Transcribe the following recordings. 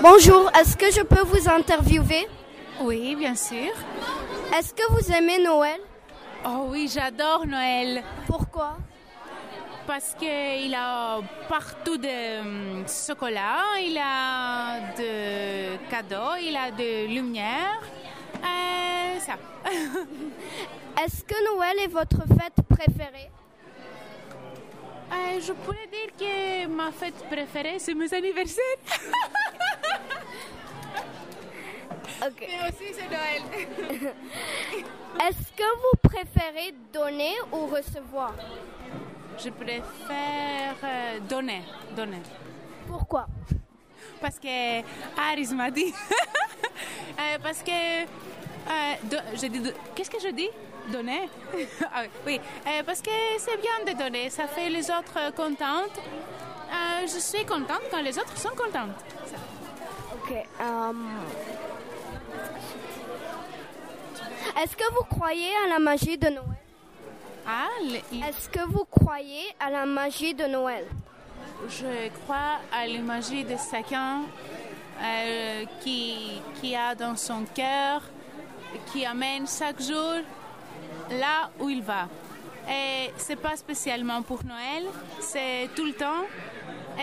Bonjour, est-ce que je peux vous interviewer Oui, bien sûr. Est-ce que vous aimez Noël Oh oui, j'adore Noël Pourquoi parce qu'il a partout de hum, chocolat, il a de cadeaux, il a de lumière. Euh, ça. Est-ce que Noël est votre fête préférée Euh, je pourrais dire que ma fête préférée, c'est mes anniversaires. Ok. Mais aussi, c'est Noël. Est-ce que vous préférez donner ou recevoir Je préfère euh, donner, donner. Pourquoi Parce que Aris m'a dit. Euh, parce que. euh, do- je dis de- Qu'est-ce que je dis Donner Ah Oui, Euh, parce que c'est bien de donner, ça fait les autres contentes. Euh, je suis contente quand les autres sont contentes. Ok. euh, Est-ce que vous croyez à la magie de Noël Ah, le- il- Est-ce que vous croyez à la magie de Noël je crois à la magie de chacun euh, qui, qui a dans son cœur, qui amène chaque jour là où il va. Et c'est pas spécialement pour Noël, c'est tout le temps.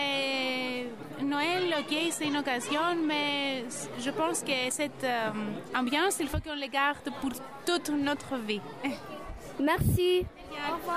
Et Noël, ok, c'est une occasion, mais je pense que cette euh, ambiance, il faut qu'on la garde pour toute notre vie. Merci.